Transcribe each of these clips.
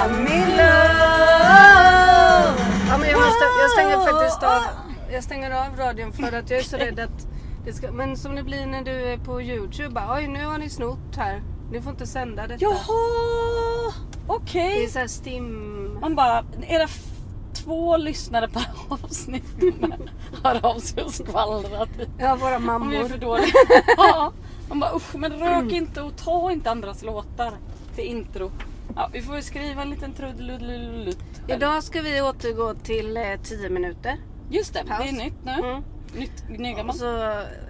I'm in love. Ja, men jag, måste, jag stänger faktiskt av, jag stänger av radion för att jag är så rädd att det ska, Men som det blir när du är på Youtube. Bara, Oj, nu har ni snott här. Ni får inte sända detta. Jaha! Det är Okej. så här stim... Man bara, är det f- två lyssnare per avsnitt som hör av sig och skvallrar? typ? Ja, våra Om vi är för mammor. dåliga. Ja. Man bara usch, men rök inte och ta inte andras låtar till intro. Ja, vi får ju skriva en liten trudeludeludelut. Idag ska vi återgå till eh, 10 minuter. Just det, det Paus. är nytt nu. Mm. Nytt, Och nygammalt. så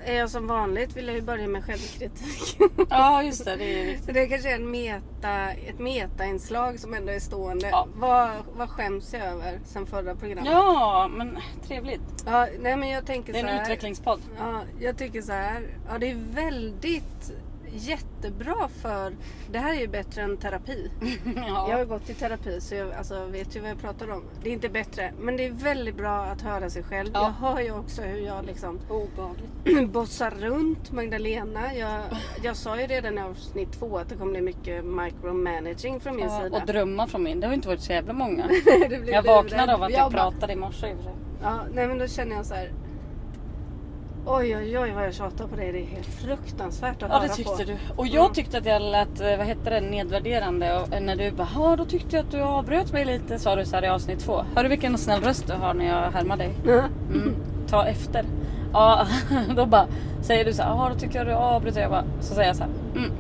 är jag som vanligt, vill jag ju börja med självkritik. Ja, just det. det är viktigt. Så det kanske är en meta, ett metainslag som ändå är stående. Ja. Vad, vad skäms jag över sen förra programmet? Ja, men trevligt. Ja, nej men jag tänker Det är så en här. utvecklingspodd. Ja, jag tycker så här. Ja, det är väldigt jättebra för... Det här är ju bättre än terapi. Jag har Ja. ju gått i terapi så jag alltså, vet ju vad jag pratar om. Det är inte bättre, men det är väldigt bra att höra sig själv. Ja. Jag hör ju också hur jag liksom Obehagligt. bossar runt Magdalena. Jag, jag sa ju redan i avsnitt två att det kommer bli mycket micromanaging från min Ja, sida. och drömmar från min. Det har ju inte varit så jävla många. Det blir Jag vaknade av att jag bara- pratade i morse i och för sig. Ja, nej men då känner jag så här. Oj oj oj vad jag tjatar på dig. Det är helt fruktansvärt att Ja höra det på. tyckte du. Och Mm. jag tyckte att jag lät, eh, vad hette det, nedvärderande. Och eh, när du bara, "Ja, då tyckte jag att du avbröt mig lite sa du så här i avsnitt två. Hör du vilken snäll röst du har när jag härmar dig? Ja. Mm, ta efter. Ja, då bara säger du så här, "Ja, då tyckte jag att du avbröt mig. Jag bara, så säger jag så här, mm,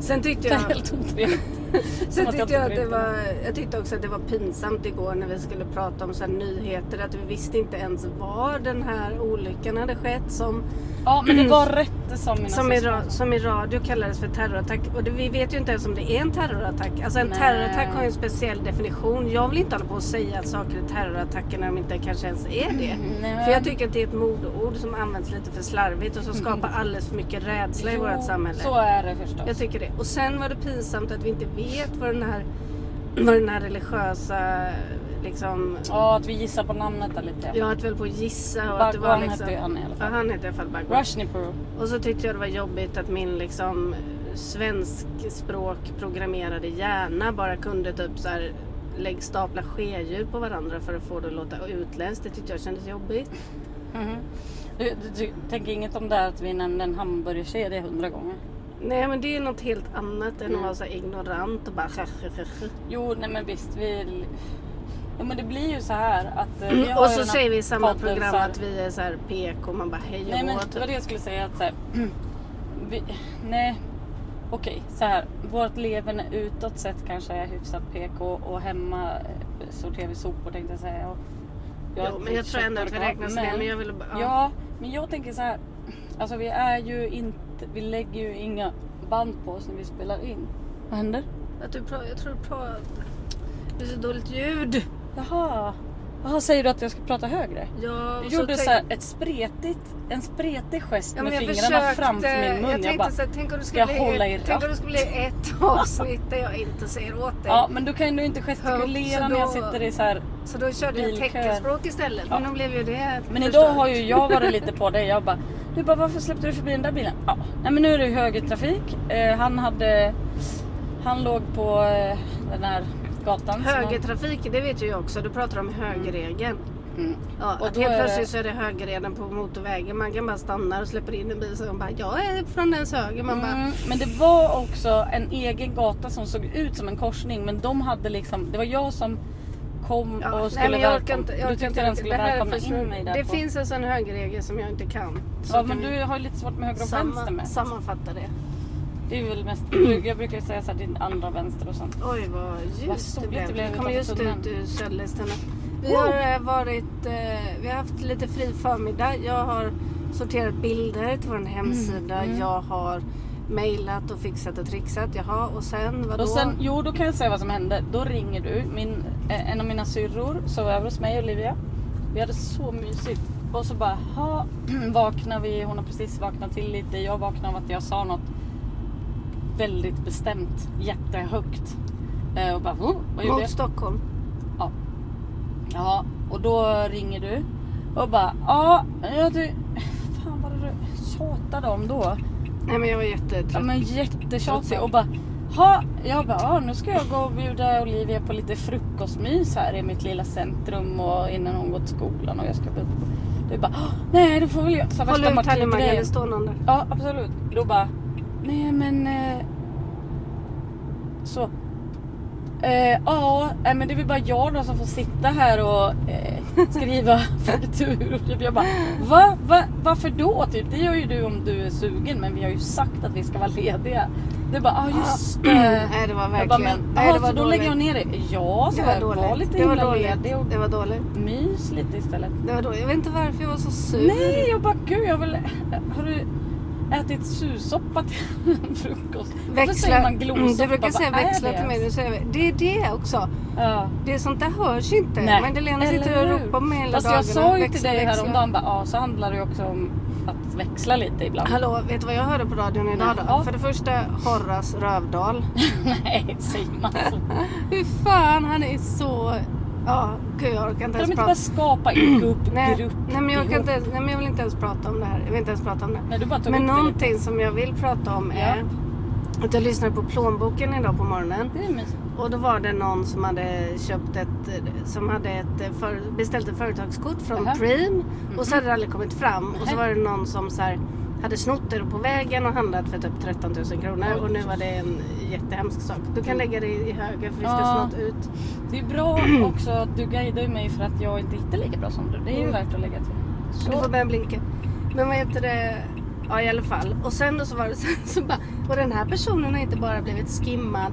Sen tyckte det är jag, helt otrevligt. sen att jag tyckte inte jag, att bryr det mig. var, jag tyckte också att det var pinsamt igår när vi skulle prata om så här nyheter. Att vi visste inte ens var den här olyckan hade skett som, Ja men det var rätt som mina som, i, syskon ra, sa. som i radio kallades för terrorattack. Och det, vi vet ju inte ens om det är en terrorattack. Alltså en Nej. terrorattack har ju en speciell definition. Jag vill inte hålla på och säga att saker är terrorattacker när de inte kanske ens är det. Mm, Nej. För jag tycker att det är ett modeord som används lite för slarvigt och som skapar alldeles för mycket rädsla i Mm. Jo, vårt samhälle. Så är det förstås. Jag tycker det. Och sen var det pinsamt att vi inte vet vad den här, vad den här religiösa liksom... Ja, att vi gissar på namnet där lite. Jag höll väl på att gissa och att det var Bhagwan liksom... hette ju han i alla Ja, fall. han heter i alla fall Bhagwan. Rushnipur. Och så tyckte jag det var jobbigt att min liksom svenskspråkprogrammerade hjärna bara kunde typ så här lägg stapla skedjur på varandra för att få det att låta utländskt. Det tyckte jag kändes jobbigt. Mm-hmm. Mhm. Du, du, du tänker inget om det här att vi nämnde en hamburgerkedja hundra gånger? Nej men det är något helt annat än att Mm. vara så här ignorant och bara Jo, nej men visst. Vi... Ja, men det blir ju så här att... eh, vi har Mm, Och ju så den här säger vi i samma podden program så här- att vi är så här PK man bara hej Nej och men hå, det typ. var det jag skulle säga att så här, vi, Nej. Okej, så här. Vårt leverne utåt sett kanske är hyfsat PK och hemma eh, sorterar vi sopor tänkte jag säga. Och är Jo, ett men jag tror ändå att vi köttorgan, räknas med. Men jag ville bara... Ja. Ja, men jag tänker så här. Alltså vi är ju inte, vi lägger ju inga band på oss när vi spelar in. Vad händer? Att du pra- jag tror du pratar... Det är så dåligt ljud. Jaha. Jaha, säger du att jag ska prata högre? Ja, Du och gjorde tänk- så här ett spretigt, en spretig gest Ja, men med jag fingrarna försökte- framför min mun. Jag Jag, tänkte bara, så här, tänk om det ska jag skulle hålla bli, i tänk om det skulle bli ett avsnitt där jag inte säger åt dig. ja men du kan ju inte gestikulera så när jag då- sitter i så här. Så då körde jag Bilkö. teckenspråk istället. Men då blev ju det Men idag förstört. har ju jag varit lite på dig. Jag bara, du bara varför släppte du förbi den där bilen? Ja, nej men nu är det ju högertrafik. Eh, han hade, han låg på eh, den här gatan. som- Högertrafik, det vet ju jag också. Du pratar om högerregeln. Mm. Ja, Och att då helt är det- plötsligt så är det högerregeln på motorvägen. Man kan bara stanna och släpper in en bil och bara jag är från ens höger. Man bara, Mm, men det var också en egen gata som såg ut som en korsning men de hade liksom, det var jag som kom ja, och nej, skulle men jag orkar välkomna. inte. Jag Du orkar tyckte inte. den skulle Det här är välkomna för- in mig där Det på. finns alltså en högerregel som jag inte kan. Så Ja kan men vi du har ju lite svårt med höger och samma, vänster med. sammanfatta det. Det är väl mest, du- jag brukar ju säga såhär din andra vänster och sånt. Oj vad Vad ljust det soligt blev. det blev Vi kom just utanför ut tunneln. ur Söderlisten. Vi Wow. har eh, varit, eh, vi har haft lite fri förmiddag. Jag har sorterat bilder till vår hemsida. Mm, Jag har mejlat och fixat och trixat. Jaha och sen vadå? Och sen, jo då kan jag säga vad som hände. Då ringer du, min, eh, en av mina syrror sov över hos mig Olivia. Vi hade så mysigt. Och så bara, ha, vaknar vi, hon har precis vaknat till lite. Jag vaknar av att jag sa något väldigt bestämt, jättehögt. Eh, och bara, "Huh, vad gjorde Mot jag? Stockholm. Ja, och då ringer du och bara, ja, jag ty- Fan vad du tjatade om då. Nej men jag var jättetrött. Ja men jättetjatig och bara Ha, jag bara, "Ah, nu ska jag gå och bjuda Olivia på lite frukostmys här i mitt lilla centrum och innan hon går till skolan och jag ska bjuda på. Du bara, "Ah, nej det får väl jag. Så Håll värsta ut Halimaggan, Martin-grejen. det står någon där. Ja, absolut. Då bara, nej men... Eh, så. Eh, ja, nej, men det är väl bara jag då som får sitta här och eh, skriva fakturor. Typ. Jag bara, Va? Va? Varför då? Typ, det gör ju du om du är sugen men vi har ju sagt att vi ska vara lediga. Du bara, ah, just det. Nej det var Jag bara, verkligen... men nej, ah, så då lägger jag dåligt. ner det. Ja, så Det jag var var dåligt. lite Det var himla ledig och dåligt. Det var dåligt. mys lite istället. Det var dåligt. Jag vet inte varför jag var så sur. Nej, jag bara gud jag vill... Har du ätit sursoppa till frukost? Varför säger man Mm, glosoppa? du brukar Vad säga är växla det till mig. Nu ens? säger jag, det är det också. Ja. Det är sånt där hörs inte. Nej. Magdalena Eller sitter och hur? ropar på mig hela Fast dagarna. jag sa ju till Växla, dig växla. häromdagen bara, ja så handlar det ju också om att växla lite ibland. Hallå, vet du vad jag hörde på radion idag Ja. då? För det första, Horras Rövdahl. Nej, säger man så. Hur fan, han är så... Ja, gud jag orkar inte Kan de ens inte bara prata. skapa en gubbgrupp Nej, nej, men jag orkar ihop? inte ens, nej men jag vill inte ens prata om det här. Jag vill inte ens prata om det. Nej, du bara tog Men upp det lite. någonting som jag vill prata om är att jag lyssnade på Plånboken idag på morgonen. Det är mysigt. Och då var det någon som hade köpt ett, som hade ett, för, beställt ett företagskort från Jaha. Preem och så hade det aldrig kommit fram. Och så Mhm. Nej. var det någon som så här, hade snott det på vägen och handlat för typ 13 000 kronor Oj. Mm. och nu var det en jättehemsk sak. Du kan lägga det i höger för vi ska Ja. snart ut. Det är bra också att du guidar ju mig för att jag inte hittar lika bra som du. Det är ju Mm. värt att lägga till. Du får Så. börja blinka. Men vad heter det? Ja i alla fall. Och sen då så var det sen så bara, och den här personen har inte bara blivit skimmad.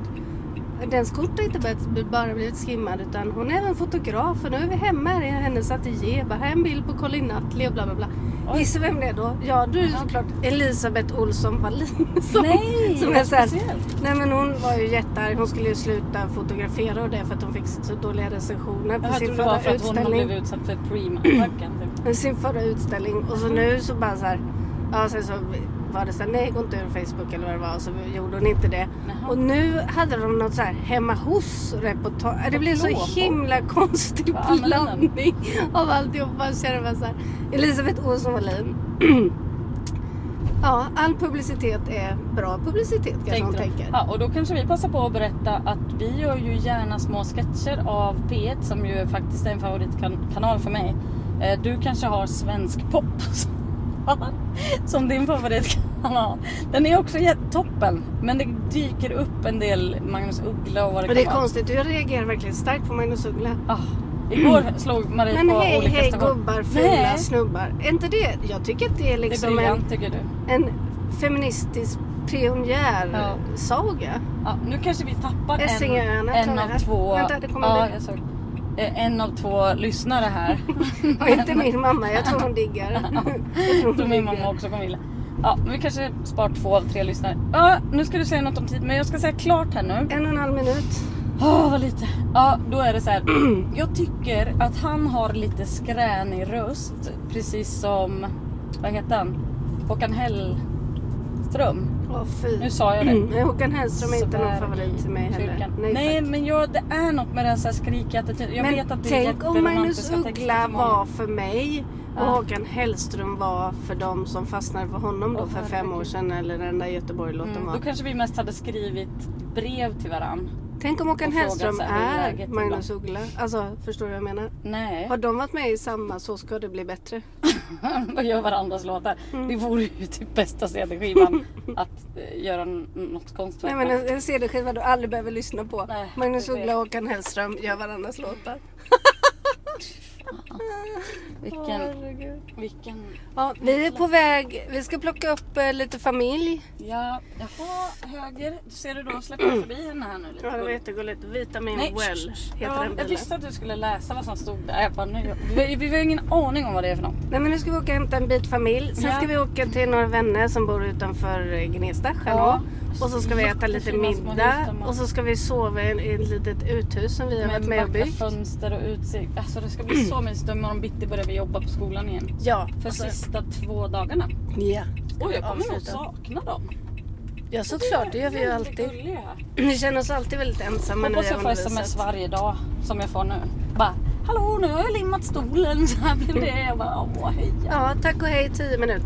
Dens kort har inte bara- bara blivit skimmad utan hon är även fotograf och nu är vi hemma här i hennes ateljé. Bara, här är en bild på Colin Nutley och bla bla bla. Oj. Gissa vem det är då? Ja du är ju såklart Elisabeth Olsson Wallin. Som, Nej, som är vad så här, speciellt. Nej men hon var ju jättearg. Hon skulle ju sluta fotografera och det för att hon fick så dåliga recensioner på Jag sin trodde det var förra för att hon har utställning blivit utsatt för Preem-attacken. Typ. med sin förra utställning och så nu så bara så här, ja sen så var det så här, nej gå inte ur Facebook eller vad det var och så gjorde hon inte det. Jaha. Mm. Och nu hade de något så här hemma hos reportage. Det blev så Plånbok. himla konstig Vad använder den? blandning av alltihopa. Så jag bara så här, Elisabeth Olsson Wallin. Ja, all publicitet är bra publicitet kanske hon Tänkte de. tänker. Ja, och då kanske vi passar på att berätta att vi gör ju gärna små sketcher av P1 som ju faktiskt är en favoritkanal för mig. Eh, Du kanske har svensk pop som din favoritkanal. Den är också jätte- toppen men det dyker upp en del Magnus Uggla och vad det Men kan det är vara. konstigt, du reagerar verkligen starkt på Magnus Uggla. Ah, igår slog Marie Men på hej olika hej stationer. gubbar, Nej, fula snubbar. Är inte det, jag tycker att det är det är liksom en briljant tycker du. en feministisk pionjärsaga. Ja, nu kanske vi tappar en, Essingeöarna, en tror jag. av två... Vänta, det kommer ja, bli- jag såg. Eh, En av två lyssnare här. Och inte min mamma, jag tror hon diggar. jag Som min mamma också kommer vilja. Ja, men vi kanske spar två av tre lyssnare. Ja, nu ska du säga något om tid, men jag ska säga klart här nu. En och en halv minut. Åh, vad lite. Ja, då är det så här. Jag tycker att han har lite skränig röst. Precis som, vad heter han? Håkan Hellström. Åh Nu fy. sa jag det. Nej, Håkan Hellström är inte någon Svär favorit i till mig heller. kyrkan. Nej, Nej, tack. men jag, det är något med den så här skrikiga attityden. Jag vet men att det är tänk om Magnus jätteromantiska texter Uggla för många. var för mig och Ja. Håkan Hellström var för de som fastnade för honom då Åh, för fem år herregud. sedan eller den där Göteborg-låten Mm, var. då kanske vi mest hade skrivit brev till varandn. Tänk om Håkan och fråga Hellström så här, hur är är läget Magnus Uggla. Alltså, förstår du vad jag menar? Nej. Har de varit med i samma Så ska det bli bättre? och gör varandras låtar. Mm. Det vore ju typ bästa CD-skivan att eh, göra n- något konstverk Nej men med. en, en CD-skiva du aldrig behöver lyssna på. Nej, Magnus jag vet. Uggla och Håkan Hellström gör varandras låtar. vilken, herregud. vilken... ja, vi är på väg, vi ska plocka upp eh, lite familj. Ja, jaha, höger. Ser du då släpper Mm. jag förbi henne här nu lite. gulligt. jättegulligt. Vitamin Nej, shh, shh. ja, Jag visste att du skulle läsa vad som stod där. Jag bara, nu, vi, vi har ingen aning om vad det är för något. Nej men nu ska vi åka och hämta en bit familj. Sen Ja. ska vi åka till några vänner som bor utanför eh, Gnesta, Chalot. Och så ska vi äta lite Jättefina små hus middag de har. och så ska vi sova i en- i ett litet uthus som vi har varit med och vackra byggt. fönster och utsikt. Alltså det ska bli så mysigt. Och Imorgon bitti börjar vi jobba på skolan igen. Ja, För och så- sista två dagarna. Ja. Alltså- Oj, jag kommer nog Avsluta. sakna dem. Ja såklart, det gör vi ju alltid. Gulliga. Vi känner oss alltid väldigt ensamma när vi Hoppas jag får har sms undervisat. varje dag som jag får nu. Bara, hallå nu har jag limmat stolen. Så här blev det. Jag bara, åh hej. Ja, tack och hej 10 minuter.